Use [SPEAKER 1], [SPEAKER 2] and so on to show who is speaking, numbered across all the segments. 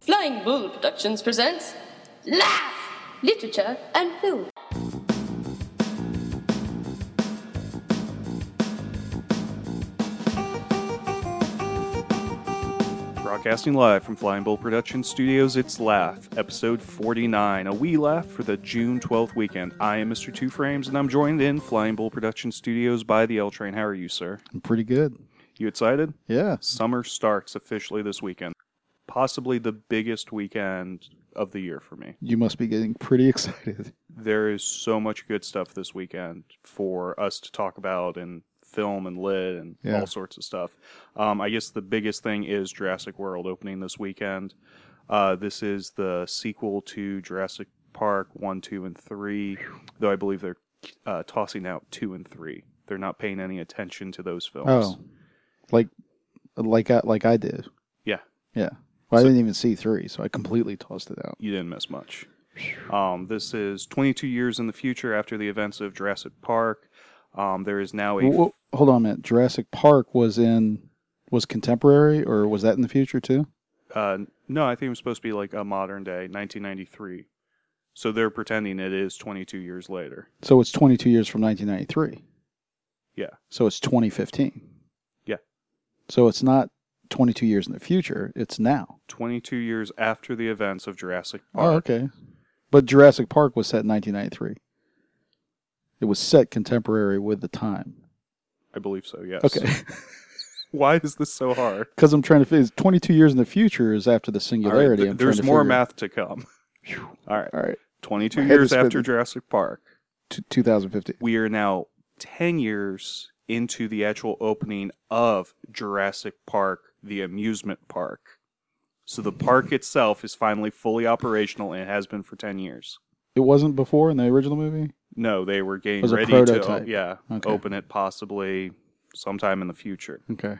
[SPEAKER 1] Flying Bull Productions presents Laugh! Literature and Film.
[SPEAKER 2] Broadcasting live from Flying Bull Production Studios, it's Laugh, episode 49, a wee laugh for the June 12th weekend. I am Mr. Two Frames, and I'm joined in Flying Bull Production Studios by the L Train. How are you, sir?
[SPEAKER 3] pretty good.
[SPEAKER 2] You excited?
[SPEAKER 3] Yeah.
[SPEAKER 2] Summer starts officially this weekend. Possibly the biggest weekend of the year for me.
[SPEAKER 3] You must be getting pretty excited.
[SPEAKER 2] There is so much good stuff this weekend for us to talk about and film and lit and
[SPEAKER 3] Yeah.
[SPEAKER 2] all sorts of stuff. Um, I guess the biggest thing is Jurassic World opening this weekend. Uh, this is the sequel to Jurassic Park 1, 2, and 3, though I believe they're uh, tossing out 2 and 3. They're not paying any attention to those films.
[SPEAKER 3] Oh. Like like I like I did.
[SPEAKER 2] Yeah.
[SPEAKER 3] Yeah. Well, I didn't even see three, so I completely tossed it out.
[SPEAKER 2] you didn't miss much. Um, this is 22 years in the future after the events of Jurassic Park. Um, there is now a
[SPEAKER 3] Wh- wh- hold on a minute. Jurassic Park was in was contemporary or was that in the future too?
[SPEAKER 2] uh, no, I think it was supposed to be like a modern day, 1993. So they're pretending it is 22 years later.
[SPEAKER 3] So it's 22 years from 1993.
[SPEAKER 2] Yeah.
[SPEAKER 3] So it's 2015.
[SPEAKER 2] Yeah.
[SPEAKER 3] So it's not 22 years in the future, it's now.
[SPEAKER 2] 22 years after the events of Jurassic
[SPEAKER 3] Oh,
[SPEAKER 2] Park.
[SPEAKER 3] okay. But Jurassic Park was set in 1993. It was set contemporary with the time.
[SPEAKER 2] I believe so, yes.
[SPEAKER 3] Okay.
[SPEAKER 2] Why is this so hard?
[SPEAKER 3] Because I'm trying to figure 22 years in the future is after the
[SPEAKER 2] All right,
[SPEAKER 3] singularity.
[SPEAKER 2] th-
[SPEAKER 3] I'm trying
[SPEAKER 2] there's
[SPEAKER 3] to
[SPEAKER 2] more
[SPEAKER 3] figure-
[SPEAKER 2] math to come. All right.
[SPEAKER 3] All right.
[SPEAKER 2] 22
[SPEAKER 3] My head
[SPEAKER 2] years
[SPEAKER 3] is
[SPEAKER 2] after
[SPEAKER 3] spinning.
[SPEAKER 2] Jurassic Park.
[SPEAKER 3] T- 2050.
[SPEAKER 2] we are now 10 years into the actual opening of Jurassic Park, the amusement park. So the park itself is finally fully operational and has been for 10 years.
[SPEAKER 3] It wasn't before in the original movie?
[SPEAKER 2] No, they were
[SPEAKER 3] It
[SPEAKER 2] getting
[SPEAKER 3] was a
[SPEAKER 2] ready to
[SPEAKER 3] prototype.
[SPEAKER 2] yeah,
[SPEAKER 3] Okay.
[SPEAKER 2] open it possibly sometime in the future.
[SPEAKER 3] Okay.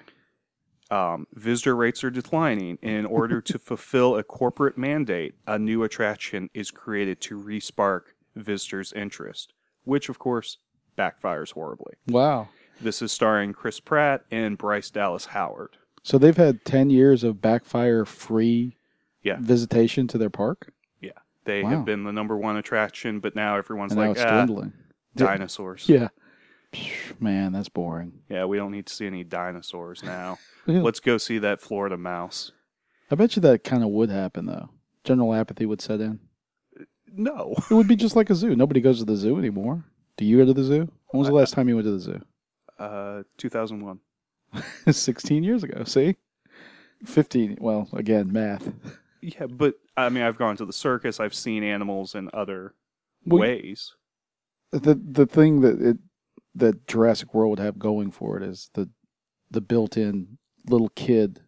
[SPEAKER 2] Um, visitor rates are declining. In order to fulfill a corporate mandate, a new attraction is created to respark visitors' interest, which of course backfires horribly.
[SPEAKER 3] Wow.
[SPEAKER 2] This is starring Chris Pratt and Bryce Dallas Howard.
[SPEAKER 3] So they've had 10 years of backfire free
[SPEAKER 2] Yeah.
[SPEAKER 3] visitation to their park?
[SPEAKER 2] Yeah. They
[SPEAKER 3] Wow.
[SPEAKER 2] have been the number one attraction, but now everyone's
[SPEAKER 3] And now
[SPEAKER 2] like,
[SPEAKER 3] it's
[SPEAKER 2] ah,
[SPEAKER 3] dwindling.
[SPEAKER 2] dinosaurs.
[SPEAKER 3] Yeah. Phew, Man, that's boring.
[SPEAKER 2] Yeah, we don't need to see any dinosaurs now.
[SPEAKER 3] Yeah.
[SPEAKER 2] Let's go see that Florida mouse.
[SPEAKER 3] I bet you that kind of would happen, though. General apathy would set in.
[SPEAKER 2] No.
[SPEAKER 3] It would be just like a zoo. Nobody goes to the zoo anymore. Do you go to the zoo? When was the last time you went to the zoo?
[SPEAKER 2] Uh, 2001.
[SPEAKER 3] 16 years ago. See? 15. Well, again, math.
[SPEAKER 2] Yeah, but I mean, I've gone to the circus. I've seen animals in other
[SPEAKER 3] Well,
[SPEAKER 2] ways.
[SPEAKER 3] The the thing that it that Jurassic World would have going for it is the the built-in little kid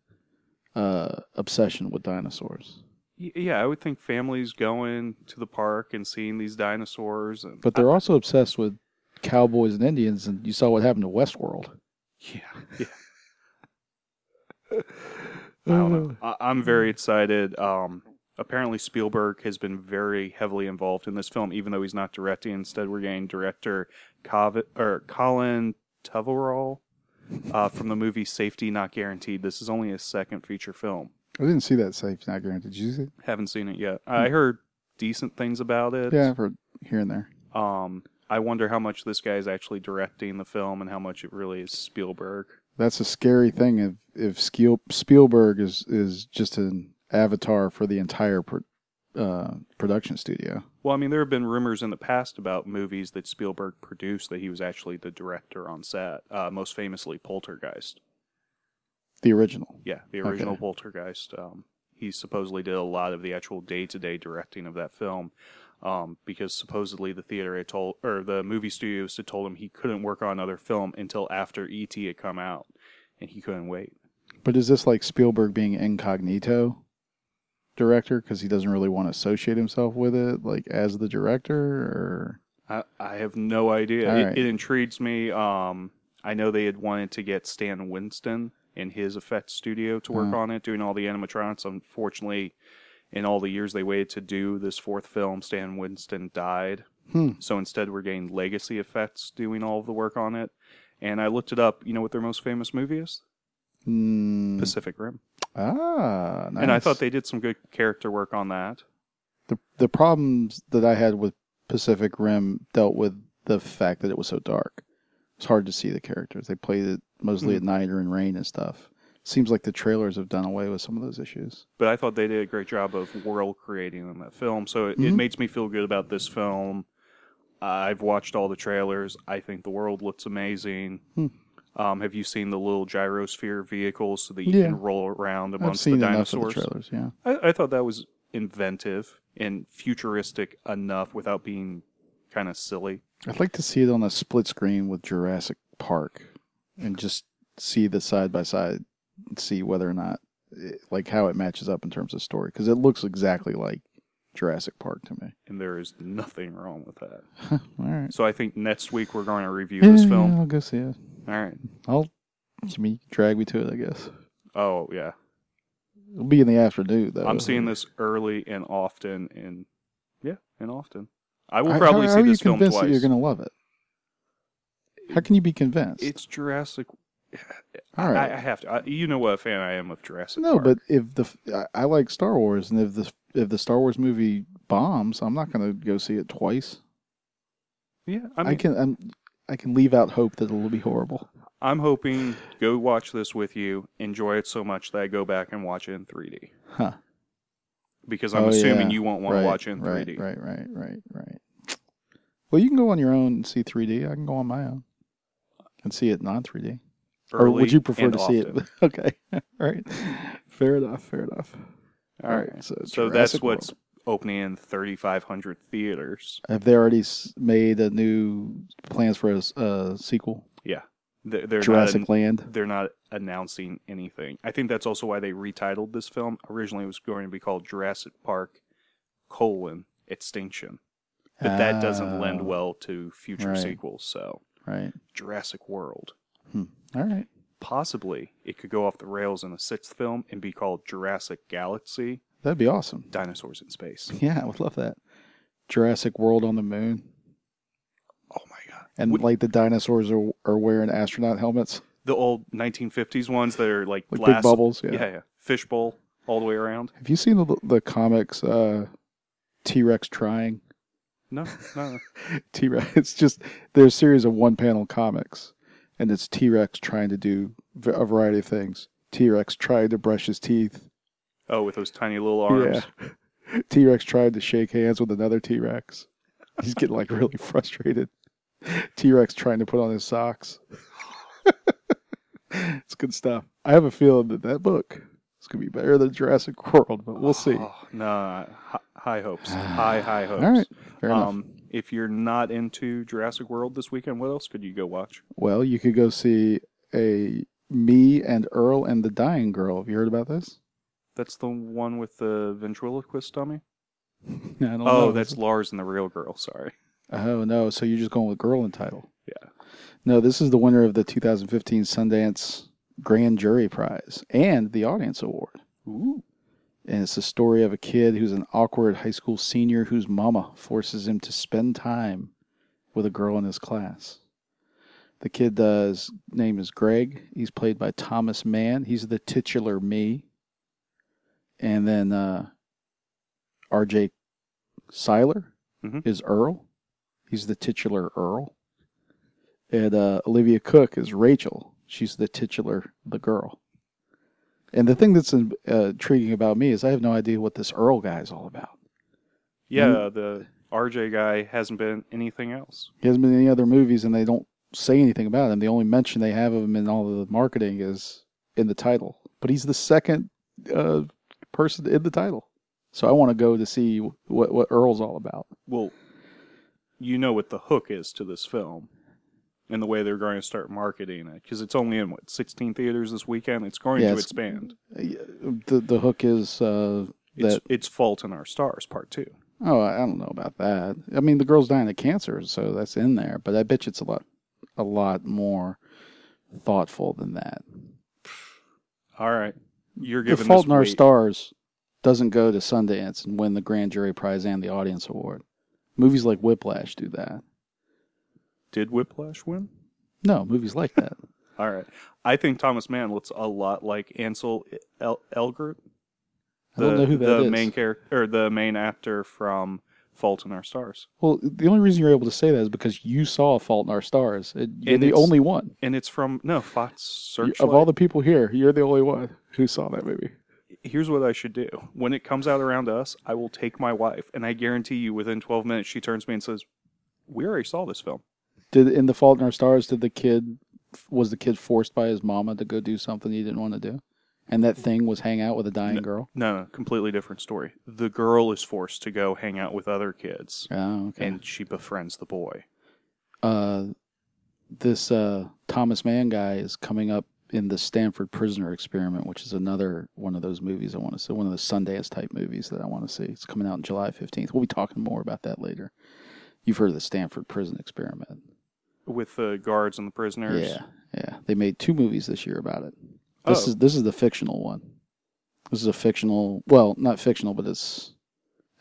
[SPEAKER 3] uh, obsession with dinosaurs.
[SPEAKER 2] Y- Yeah, I would think families going to the park and seeing these dinosaurs. And
[SPEAKER 3] But they're also obsessed with cowboys and Indians, and you saw what happened to Westworld.
[SPEAKER 2] Yeah, yeah. I don't know. I, I'm very excited. Um, apparently, Spielberg has been very heavily involved in this film, even though he's not directing. Instead, we're getting director Cov- or Colin Trevorrow uh, from the movie Safety Not Guaranteed. This is only his second feature film.
[SPEAKER 3] I didn't see that safe. Not guaranteed. Did you see?
[SPEAKER 2] Haven't seen it yet. I heard decent things about it.
[SPEAKER 3] Yeah, for here and there.
[SPEAKER 2] Um, I wonder how much this guy is actually directing the film and how much it really is Spielberg.
[SPEAKER 3] That's a scary thing. If if Skiel- Spielberg is is just an avatar for the entire pro- uh, production studio.
[SPEAKER 2] Well, I mean, there have been rumors in the past about movies that Spielberg produced that he was actually the director on set. Uh, most famously, Poltergeist.
[SPEAKER 3] The original.
[SPEAKER 2] Yeah, the original
[SPEAKER 3] Okay.
[SPEAKER 2] Poltergeist. Um, he supposedly did a lot of the actual day-to-day directing of that film, um, because supposedly the theater had told or the movie studios had told him he couldn't work on another film until after ET had come out, and he couldn't wait.
[SPEAKER 3] But is this like Spielberg being incognito director because he doesn't really want to associate himself with it, like as the director? Or
[SPEAKER 2] I, I have no idea.
[SPEAKER 3] All
[SPEAKER 2] It,
[SPEAKER 3] right.
[SPEAKER 2] it intrigues me. Um, I know they had wanted to get Stan Winston in his effects studio to
[SPEAKER 3] Mm.
[SPEAKER 2] work on it, doing all the animatronics. Unfortunately, in all the years they waited to do this fourth film, Stan Winston died.
[SPEAKER 3] Hmm.
[SPEAKER 2] So instead, we're getting legacy effects doing all of the work on it. And I looked it up. You know what their most famous movie is?
[SPEAKER 3] Mm.
[SPEAKER 2] Pacific Rim.
[SPEAKER 3] Ah, nice.
[SPEAKER 2] And I thought they did some good character work on that.
[SPEAKER 3] the the problems that I had with Pacific Rim dealt with the fact that it was so dark. It's hard to see the characters. They played it mostly
[SPEAKER 2] Hmm.
[SPEAKER 3] at night or in rain and stuff. Seems like the trailers have done away with some of those issues.
[SPEAKER 2] but I thought they did a great job of world creating in that film. So
[SPEAKER 3] Mm-hmm.
[SPEAKER 2] it, it makes me feel good about this film. I've watched all the trailers. I think the world looks amazing.
[SPEAKER 3] Hmm.
[SPEAKER 2] Um, have you seen the little gyrosphere vehicles so that you
[SPEAKER 3] Yeah.
[SPEAKER 2] can roll around
[SPEAKER 3] I've
[SPEAKER 2] amongst the
[SPEAKER 3] seen enough of the
[SPEAKER 2] dinosaurs?
[SPEAKER 3] trailers. Yeah,
[SPEAKER 2] I, I thought that was inventive and futuristic enough without being kind of silly.
[SPEAKER 3] I'd like to see it on a split screen with Jurassic Park, and just see the side by side, and see whether or not it, like how it matches up in terms of story because it looks exactly like Jurassic Park to me.
[SPEAKER 2] And there is nothing wrong with that.
[SPEAKER 3] All right,
[SPEAKER 2] So I think next week we're going to review
[SPEAKER 3] yeah,
[SPEAKER 2] this
[SPEAKER 3] yeah,
[SPEAKER 2] film.
[SPEAKER 3] I'll go see it.
[SPEAKER 2] All right.
[SPEAKER 3] I'll I mean, you can drag me to it, I guess.
[SPEAKER 2] Oh, yeah.
[SPEAKER 3] It'll be in the afternoon, though.
[SPEAKER 2] I'm seeing this early and often, and yeah, and often. I will
[SPEAKER 3] How-
[SPEAKER 2] probably
[SPEAKER 3] how,
[SPEAKER 2] see
[SPEAKER 3] how
[SPEAKER 2] this
[SPEAKER 3] are you
[SPEAKER 2] film
[SPEAKER 3] convinced
[SPEAKER 2] twice.
[SPEAKER 3] That you're going to love it. How can you be convinced?
[SPEAKER 2] It's Jurassic.
[SPEAKER 3] All right.
[SPEAKER 2] I, I have to. I, you know what a fan I am of Jurassic.
[SPEAKER 3] no,
[SPEAKER 2] Park.
[SPEAKER 3] but if the f- I, I like Star Wars, and if the if the Star Wars movie bombs, I'm not going to go see it twice.
[SPEAKER 2] yeah,
[SPEAKER 3] I,
[SPEAKER 2] I mean,
[SPEAKER 3] can I'm, I can leave out hope that it'll be horrible.
[SPEAKER 2] I'm hoping go watch this with you, enjoy it so much that I go back and watch it in 3D
[SPEAKER 3] Huh?
[SPEAKER 2] because I'm
[SPEAKER 3] Oh,
[SPEAKER 2] assuming
[SPEAKER 3] yeah.
[SPEAKER 2] you won't want
[SPEAKER 3] Right,
[SPEAKER 2] to watch it in 3D.
[SPEAKER 3] right, Right, right, right, right. Well, you can go on your own and see 3D. I can go on my own and see it non 3D. or
[SPEAKER 2] Early
[SPEAKER 3] would you prefer
[SPEAKER 2] and
[SPEAKER 3] to see
[SPEAKER 2] often.
[SPEAKER 3] it? okay, all right. Fair enough. Fair enough.
[SPEAKER 2] All right.
[SPEAKER 3] So,
[SPEAKER 2] So that's
[SPEAKER 3] Jurassic
[SPEAKER 2] what's
[SPEAKER 3] World.
[SPEAKER 2] opening in 3,500 theaters.
[SPEAKER 3] Have they already s- made a new plans for a s- a sequel?
[SPEAKER 2] Yeah, they're, they're not
[SPEAKER 3] Jurassic
[SPEAKER 2] an-
[SPEAKER 3] Land.
[SPEAKER 2] they're not announcing anything. I think that's also why they retitled this film. Originally, it was going to be called Jurassic Park: colon, Extinction, but that doesn't lend
[SPEAKER 3] Ah,
[SPEAKER 2] well to future
[SPEAKER 3] right.
[SPEAKER 2] sequels. So
[SPEAKER 3] Right. Hmm.
[SPEAKER 2] Jurassic World.
[SPEAKER 3] All right.
[SPEAKER 2] Possibly, it could go off the rails in a sixth film and be called Jurassic Galaxy:
[SPEAKER 3] That'd be awesome.
[SPEAKER 2] Dinosaurs in Space.
[SPEAKER 3] Yeah, I would love that. Jurassic World on the moon,
[SPEAKER 2] Oh my god!
[SPEAKER 3] and
[SPEAKER 2] Would-
[SPEAKER 3] like the dinosaurs are, are wearing astronaut helmets.
[SPEAKER 2] the old 1950s ones that are like,
[SPEAKER 3] Like big
[SPEAKER 2] glass
[SPEAKER 3] bubbles, yeah.
[SPEAKER 2] yeah, yeah. fishbowl all the way around.
[SPEAKER 3] Have you seen the the comics? Uh, T Rex trying.
[SPEAKER 2] No, no, no.
[SPEAKER 3] T Rex. It's just they're a series of one panel comics, and it's T Rex trying to do v- a variety of things. T Rex trying to brush his teeth.
[SPEAKER 2] Oh, with those tiny little arms.
[SPEAKER 3] Yeah. T Rex trying to shake hands with another T Rex. He's getting like really frustrated. T Rex trying to put on his socks. it's good stuff. I have a feeling that that book is going to be better than Jurassic World, but we'll see.
[SPEAKER 2] Oh, no, hi- high hopes. high, high hopes.
[SPEAKER 3] All right. Fair enough.
[SPEAKER 2] Um, if you're not into Jurassic World this weekend, what else could you go watch?
[SPEAKER 3] Well, you could go see a me and Earl and the Dying Girl. Have you heard about this?
[SPEAKER 2] That's the one with the ventriloquist dummy?
[SPEAKER 3] No, I don't
[SPEAKER 2] Oh,
[SPEAKER 3] know.
[SPEAKER 2] that's Lars and the real girl. Sorry.
[SPEAKER 3] oh no. So you're just going with girl in title?
[SPEAKER 2] Yeah.
[SPEAKER 3] No, this is the winner of the 2015 Sundance Grand Jury Prize and the Audience Award.
[SPEAKER 2] Ooh.
[SPEAKER 3] And it's the story of a kid who's an awkward high school senior whose mama forces him to spend time with a girl in his class. The kid, uh, his name is Greg. He's played by Thomas Mann. He's the titular me. And then uh, R.J. Seiler
[SPEAKER 2] Mhm.
[SPEAKER 3] is Earl. He's the titular Earl. And uh, Olivia Cook is Rachel. She's the titular the girl. And the thing that's in, uh, intriguing about me is I have no idea what this Earl guy is all about. Mm-hmm.
[SPEAKER 2] Yeah, the RJ guy hasn't been anything else.
[SPEAKER 3] He hasn't been in any other movies, and they don't say anything about him. The only mention they have of him in all of the marketing is in the title. But he's the second uh, person in the title, so I want to go to see what what Earl's all about.
[SPEAKER 2] Well, you know what the hook is to this film and the way they're going to start marketing it because it's only in, what, 16 theaters this weekend? It's going
[SPEAKER 3] Yeah,
[SPEAKER 2] to
[SPEAKER 3] it's-
[SPEAKER 2] expand.
[SPEAKER 3] The the hook is uh,
[SPEAKER 2] It's,
[SPEAKER 3] that
[SPEAKER 2] it's Fault in Our Stars, part two.
[SPEAKER 3] oh I don't know about that. I mean the girl's dying of cancer, so that's in there. But I bet you it's a lot a lot more. thoughtful than that.
[SPEAKER 2] All right. You're
[SPEAKER 3] The
[SPEAKER 2] giving
[SPEAKER 3] Fault
[SPEAKER 2] this
[SPEAKER 3] in Our
[SPEAKER 2] weight.
[SPEAKER 3] Stars doesn't go to Sundance and win the Grand Jury Prize and the Audience Award. Movies like Whiplash do that.
[SPEAKER 2] Did Whiplash win?
[SPEAKER 3] No, movies like that.
[SPEAKER 2] All right. I think Thomas Mann looks a lot like Ansel El- Elgort.
[SPEAKER 3] I don't know who that
[SPEAKER 2] the
[SPEAKER 3] is.
[SPEAKER 2] main character or the main actor from Fault in Our Stars.
[SPEAKER 3] Well, the only reason you're able to say that is because you saw A Fault in Our Stars. It, you're
[SPEAKER 2] And
[SPEAKER 3] the
[SPEAKER 2] it's-
[SPEAKER 3] only one
[SPEAKER 2] And it's from no Fox
[SPEAKER 3] You-
[SPEAKER 2] Searchlight.
[SPEAKER 3] of all the people here. You're the only one who saw that movie.
[SPEAKER 2] Here's what I should do. When it comes out around us, I will take my wife, and I guarantee you, within 12 minutes, she turns to me and says, "We already saw this film."
[SPEAKER 3] Did in the Fault in Our Stars? Did the kid was the kid forced by his mama to go do something he didn't want to do, and that thing was hang out with a dying girl?
[SPEAKER 2] No, no, completely different story. The girl is forced to go hang out with other kids,
[SPEAKER 3] Oh, okay.
[SPEAKER 2] and she befriends the boy.
[SPEAKER 3] uh, this uh, Thomas Mann guy is coming up in the Stanford Prisoner Experiment, which is another one of those movies I want to see, one of those Sundance type movies that I want to see. It's coming out on July 15th. We'll be talking more about that later. You've heard of the Stanford Prison Experiment.
[SPEAKER 2] with the guards and the prisoners.
[SPEAKER 3] Yeah, yeah. They made two movies this year about it.
[SPEAKER 2] Oh,
[SPEAKER 3] This is this is the fictional one. This is a fictional, well, not fictional, but it's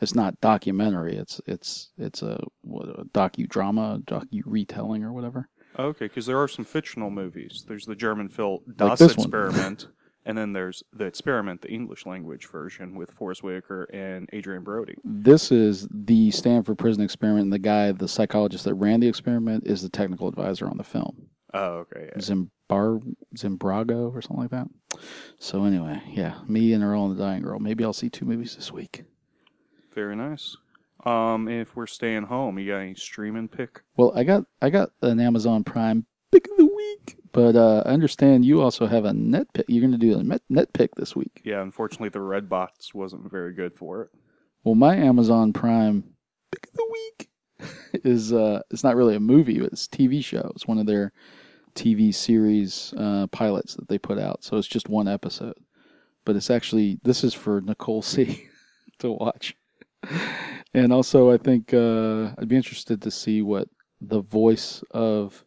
[SPEAKER 3] it's not documentary. It's it's it's a, what, a docudrama, docu retelling or whatever.
[SPEAKER 2] okay, because there are some fictional movies. There's the German film
[SPEAKER 3] Like
[SPEAKER 2] Das
[SPEAKER 3] this one.
[SPEAKER 2] Experiment, and then there's the Experiment, the English language version with Forrest Whitaker and Adrian Brody.
[SPEAKER 3] this is the Stanford prison experiment. And the guy, the psychologist that ran the experiment, is the technical advisor on the film,
[SPEAKER 2] Oh, okay. yeah.
[SPEAKER 3] Zimbar Zimbrago or something like that. So anyway, yeah, me and Earl and the Dying Girl. Maybe I'll see two movies this week.
[SPEAKER 2] Very nice. Um, if we're staying home, you got any streaming pick?
[SPEAKER 3] Well, I got I got an Amazon Prime pick of the week, but uh, I understand you also have a net pick. You're going to do a net, net pick this week.
[SPEAKER 2] Yeah, unfortunately, the red box wasn't very good for it.
[SPEAKER 3] Well, my Amazon Prime pick of the week is uh, it's not really a movie, but it's a TV show. It's one of their TV series uh, pilots that they put out. So it's just one episode, but it's actually this is for Nicole C to watch, and also I think uh, I'd be interested to see what the voice of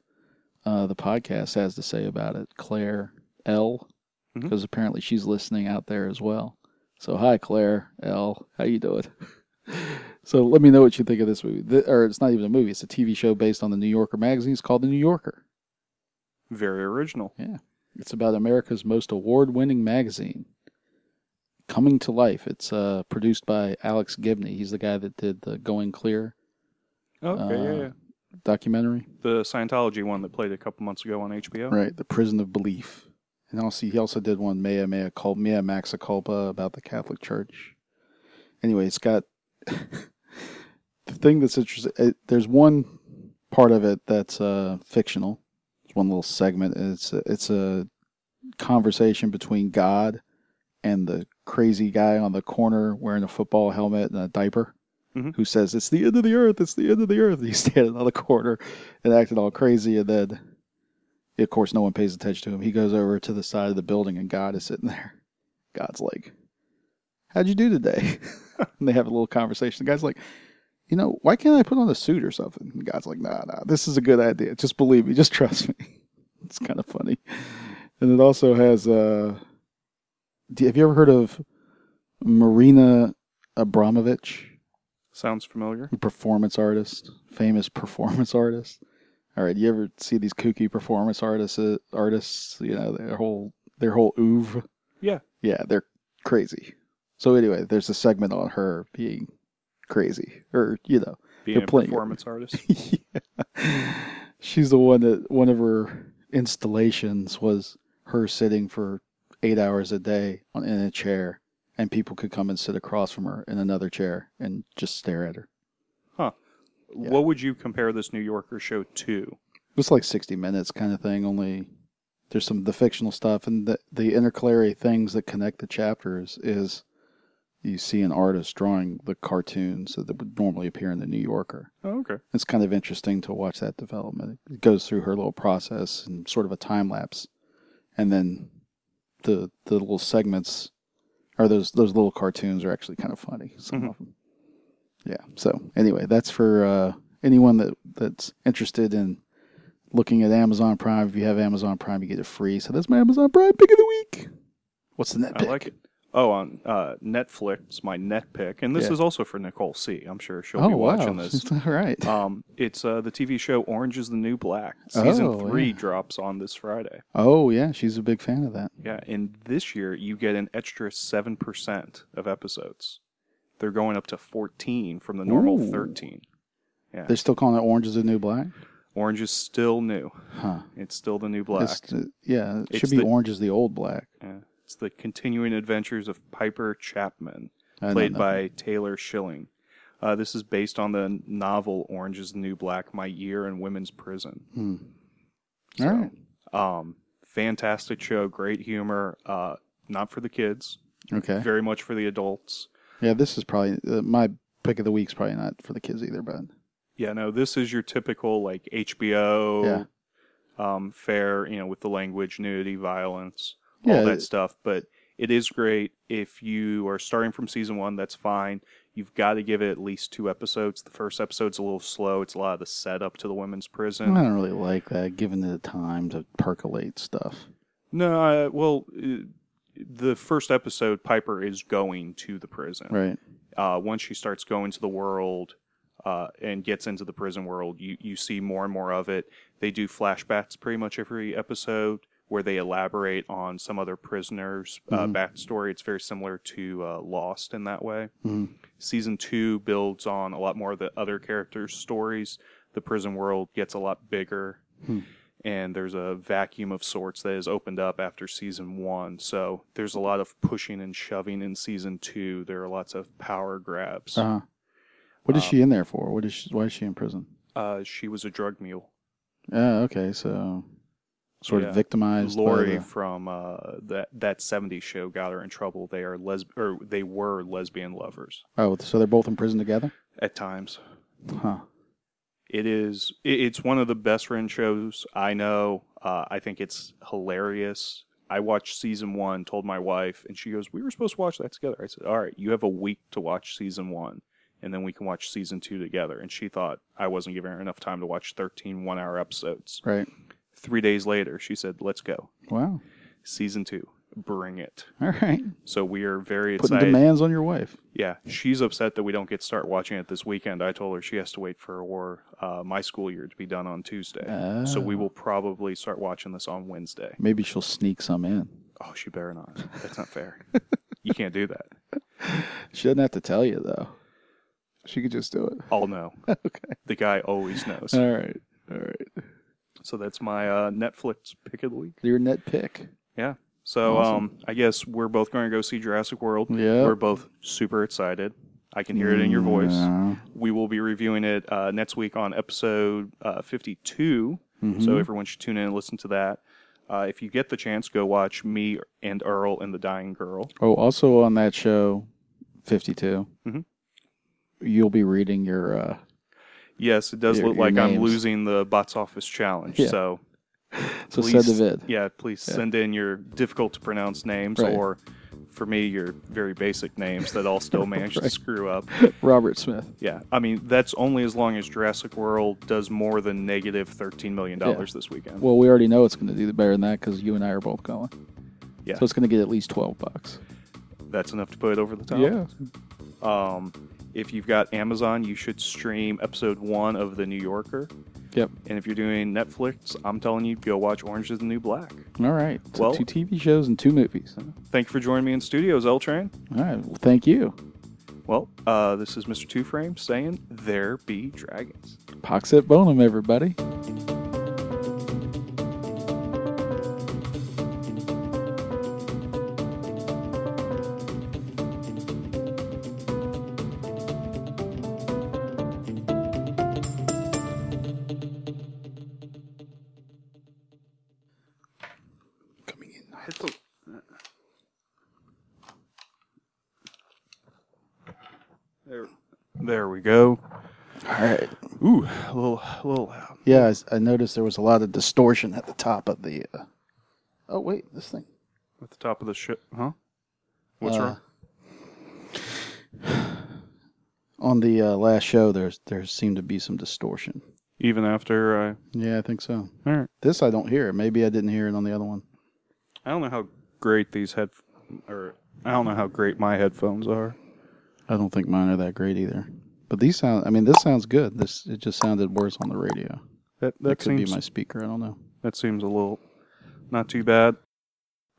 [SPEAKER 3] uh, the podcast has to say about it, Claire L,
[SPEAKER 2] Mhm.
[SPEAKER 3] because apparently she's listening out there as well. So hi Claire L, how you doing? so let me know what you think of this movie. Th- or it's not even a movie; it's a TV show based on the New Yorker magazine. It's called The New Yorker.
[SPEAKER 2] Very original.
[SPEAKER 3] It's about America's most award-winning magazine coming to life. It's uh, produced by Alex Gibney. He's the guy that did the Going Clear
[SPEAKER 2] Okay,
[SPEAKER 3] Uh,
[SPEAKER 2] yeah, yeah.
[SPEAKER 3] documentary,
[SPEAKER 2] The Scientology one that played a couple months ago on HBO.
[SPEAKER 3] right? The Prison of Belief. And also, he also did one Mea Mea Culpa, Mea Maxa Culpa about the Catholic Church. Anyway, it's got the thing that's interesting. It, there's one part of it that's uh, fictional. It's one little segment. And it's a, it's a conversation between God and the crazy guy on the corner wearing a football helmet and a diaper,
[SPEAKER 2] Mhm.
[SPEAKER 3] who says it's the end of the earth. It's the end of the earth. And he's standing on the corner and acting all crazy, and then. Of course, no one pays attention to him. He goes over to the side of the building, and God is sitting there. God's like, "How'd you do today?" and they have a little conversation. The guy's like, you know, why can't I put on a suit or something? And God's like, nah, nah, this is a good idea. Just believe me. Just trust me. it's kind of funny. And it also has, uh, do, have you ever heard of Marina Abramovich,
[SPEAKER 2] Sounds familiar.
[SPEAKER 3] a performance artist, famous performance artist? All right, you ever see these kooky performance artists? Uh, artists, you know, their whole their whole oeuvre.
[SPEAKER 2] Yeah.
[SPEAKER 3] yeah, they're crazy. So anyway, there's a segment on her being crazy, or you know,
[SPEAKER 2] Being
[SPEAKER 3] They're
[SPEAKER 2] a
[SPEAKER 3] playing it.
[SPEAKER 2] performance artist.
[SPEAKER 3] yeah. She's the one that one of her installations was her sitting for eight hours a day on, in a chair, and people could come and sit across from her in another chair and just stare at her. Yeah.
[SPEAKER 2] What would you compare this New Yorker show to?
[SPEAKER 3] It was like 60 minutes kind of thing, only there's some of the fictional stuff and the, the intercalary things that connect the chapters is you see an artist drawing the cartoons that would normally appear in the New Yorker.
[SPEAKER 2] Oh, okay.
[SPEAKER 3] it's kind of interesting to watch that development. It goes through her little process and sort of a time lapse, and then the the little segments or those those little cartoons are actually kind of funny. Some
[SPEAKER 2] Mm-hmm.
[SPEAKER 3] of them, yeah. So anyway, that's for uh, anyone that that's interested in looking at Amazon Prime. If you have Amazon Prime, you get it free. So that's my Amazon Prime pick of the week. What's the net
[SPEAKER 2] I
[SPEAKER 3] pick?
[SPEAKER 2] like it. Oh, on uh, Netflix, my net pick, and this
[SPEAKER 3] Yeah.
[SPEAKER 2] is also for Nicole C. I'm sure she'll
[SPEAKER 3] oh
[SPEAKER 2] be
[SPEAKER 3] wow!
[SPEAKER 2] watching this.
[SPEAKER 3] All right.
[SPEAKER 2] Um, it's uh, the TV show Orange is the New Black. Season
[SPEAKER 3] Oh,
[SPEAKER 2] three
[SPEAKER 3] yeah.
[SPEAKER 2] drops on this Friday.
[SPEAKER 3] oh yeah, she's a big fan of that.
[SPEAKER 2] Yeah, and this year you get an extra 7% of episodes. They're going up to 14 from the normal
[SPEAKER 3] Ooh.
[SPEAKER 2] 13. Yeah.
[SPEAKER 3] They're still calling it Orange is the New Black.
[SPEAKER 2] Orange is still new.
[SPEAKER 3] Huh.
[SPEAKER 2] It's still the new black.
[SPEAKER 3] It's, uh, yeah, it
[SPEAKER 2] It's
[SPEAKER 3] should be
[SPEAKER 2] the-
[SPEAKER 3] Orange is the Old Black.
[SPEAKER 2] Yeah. It's the continuing adventures of Piper Chapman,
[SPEAKER 3] I don't
[SPEAKER 2] played
[SPEAKER 3] know.
[SPEAKER 2] by Taylor Schilling. Uh, this is based on the novel Orange is the New Black, My Year in Women's Prison.
[SPEAKER 3] Hmm.
[SPEAKER 2] So,
[SPEAKER 3] All right.
[SPEAKER 2] Um, fantastic show, great humor. Uh, not for the kids,
[SPEAKER 3] Okay.
[SPEAKER 2] very much for the adults.
[SPEAKER 3] Yeah, this is probably uh, my pick of the week's probably not for the kids either, but
[SPEAKER 2] Yeah, no, this is your typical like HBO um, fair, you know, with the language, nudity, violence,
[SPEAKER 3] Yeah,
[SPEAKER 2] all that
[SPEAKER 3] it-
[SPEAKER 2] stuff. But it is great if you are starting from season one. That's fine. You've got to give it at least two episodes. The first episode's a little slow. It's a lot of the setup to the women's prison.
[SPEAKER 3] I don't really like that given the time to percolate stuff.
[SPEAKER 2] No, uh, well, uh, the first episode, Piper is going to the prison.
[SPEAKER 3] Right.
[SPEAKER 2] uh, once she starts going to the world uh, and gets into the prison world, you, you see more and more of it. They do flashbacks pretty much every episode where they elaborate on some other prisoner's uh, backstory. It's very similar to uh, Lost in that way.
[SPEAKER 3] Mhm.
[SPEAKER 2] Season two builds on a lot more of the other characters' stories. The prison world gets a lot bigger.
[SPEAKER 3] Hmm.
[SPEAKER 2] And there's a vacuum of sorts that is opened up after season one. So there's a lot of pushing and shoving in season two. There are lots of power grabs.
[SPEAKER 3] Uh-huh. What
[SPEAKER 2] Um,
[SPEAKER 3] is she in there for? What is she, why is she in prison?
[SPEAKER 2] Uh, she was a drug mule.
[SPEAKER 3] Oh, okay, so sort
[SPEAKER 2] Yeah.
[SPEAKER 3] of victimized. by
[SPEAKER 2] Lori
[SPEAKER 3] the-
[SPEAKER 2] from uh, that that '70s show got her in trouble. They are les or they were lesbian lovers
[SPEAKER 3] oh, so they're both in prison together?
[SPEAKER 2] at times.
[SPEAKER 3] Huh.
[SPEAKER 2] It is it, it's one of the best run shows I know. Uh, I think it's hilarious. I watched season one, told my wife, and she goes, "We were supposed to watch that together." I said, "All right, you have a week to watch season one, and then we can watch season two together." And she thought I wasn't giving her enough time to watch 13 one-hour episodes.
[SPEAKER 3] Right.
[SPEAKER 2] Three days later, she said, "Let's go."
[SPEAKER 3] Wow.
[SPEAKER 2] season two. Bring it.
[SPEAKER 3] All right.
[SPEAKER 2] So we are very
[SPEAKER 3] Putting
[SPEAKER 2] excited.
[SPEAKER 3] demands on your wife.
[SPEAKER 2] Yeah, she's upset that we don't get to start watching it this weekend. I told her she has to wait for or uh, my school year to be done on Tuesday. So we
[SPEAKER 3] Oh.
[SPEAKER 2] will probably start watching this on Wednesday.
[SPEAKER 3] Maybe she'll sneak some in.
[SPEAKER 2] Oh, she better not. That's not fair. you can't do that.
[SPEAKER 3] She doesn't have to tell you though. She could just do it.
[SPEAKER 2] I'll know.
[SPEAKER 3] Okay.
[SPEAKER 2] The guy always knows.
[SPEAKER 3] All right. All right.
[SPEAKER 2] So that's my uh, Netflix pick of the week.
[SPEAKER 3] Your net pick.
[SPEAKER 2] Yeah. So
[SPEAKER 3] Awesome.
[SPEAKER 2] um, I guess we're both going to go see Jurassic World.
[SPEAKER 3] Yeah.
[SPEAKER 2] We're both super excited. I can hear it
[SPEAKER 3] Mm,
[SPEAKER 2] in your voice. We will be reviewing it uh, next week on episode uh, 52.
[SPEAKER 3] Mm-hmm.
[SPEAKER 2] So everyone should tune in and listen to that. Uh, if you get the chance, go watch me and Earl and the Dying Girl.
[SPEAKER 3] Oh, also on that show, 52,
[SPEAKER 2] Mhm.
[SPEAKER 3] you'll be reading your. Uh,
[SPEAKER 2] Yes, it does
[SPEAKER 3] Your-
[SPEAKER 2] look
[SPEAKER 3] your
[SPEAKER 2] like I'm
[SPEAKER 3] names.
[SPEAKER 2] losing the bots office challenge.
[SPEAKER 3] Yeah.
[SPEAKER 2] So
[SPEAKER 3] so
[SPEAKER 2] please,
[SPEAKER 3] said the vid.
[SPEAKER 2] yeah, please send in your difficult to pronounce names
[SPEAKER 3] Right.
[SPEAKER 2] or. For me, your very basic names that I'll still manage to screw up.
[SPEAKER 3] Robert Smith.
[SPEAKER 2] Yeah, I mean that's only as long as Jurassic World does more than negative thirteen million dollars this weekend.
[SPEAKER 3] Well, we already know it's going to do better than that because you and I are both going.
[SPEAKER 2] Yeah.
[SPEAKER 3] So it's going to get at least 12 bucks.
[SPEAKER 2] that's enough to put it over the top. Um, if you've got Amazon, you should stream episode one of The New Yorker.
[SPEAKER 3] Yep.
[SPEAKER 2] And if you're doing Netflix, I'm telling you, go watch Orange is the New Black.
[SPEAKER 3] All right. So
[SPEAKER 2] Well-
[SPEAKER 3] two TV shows and two movies. All
[SPEAKER 2] Thank you for joining me in studios, L Train.
[SPEAKER 3] right. Well, thank you.
[SPEAKER 2] Well, uh, this is Mr. Two Frame saying, There be dragons.
[SPEAKER 3] Pox at Bonum, everybody. Coming in.
[SPEAKER 2] There, there we go.
[SPEAKER 3] All right.
[SPEAKER 2] Ooh, a little, a little loud.
[SPEAKER 3] Yeah, I s- I, noticed there was a lot of distortion at the top of the. Uh... Oh wait, this thing.
[SPEAKER 2] At the top of the ship, huh? What's
[SPEAKER 3] Uh,
[SPEAKER 2] wrong?
[SPEAKER 3] On the uh, last show, there's there seemed to be some distortion.
[SPEAKER 2] Even after I.
[SPEAKER 3] Yeah, I think so.
[SPEAKER 2] All right.
[SPEAKER 3] This I don't hear. Maybe I didn't hear it on the other one.
[SPEAKER 2] I don't know how great these head, or I don't know how great my headphones are.
[SPEAKER 3] I don't think mine are that great either. But these sound. I mean, this sounds good. This it just sounded worse on the radio.
[SPEAKER 2] That
[SPEAKER 3] That
[SPEAKER 2] that
[SPEAKER 3] could
[SPEAKER 2] seems
[SPEAKER 3] be my speaker. I don't know.
[SPEAKER 2] that seems a little not too bad.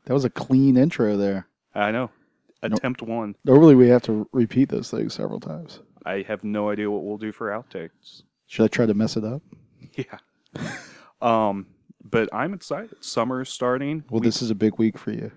[SPEAKER 3] That was a clean intro there.
[SPEAKER 2] I know.
[SPEAKER 3] Nope.
[SPEAKER 2] Attempt one.
[SPEAKER 3] Normally we have to repeat those things several times.
[SPEAKER 2] I have no idea what we'll do for outtakes.
[SPEAKER 3] Should I try to mess it up?
[SPEAKER 2] Yeah. um, but I'm excited. Summer's starting.
[SPEAKER 3] Well, this is a big week for you.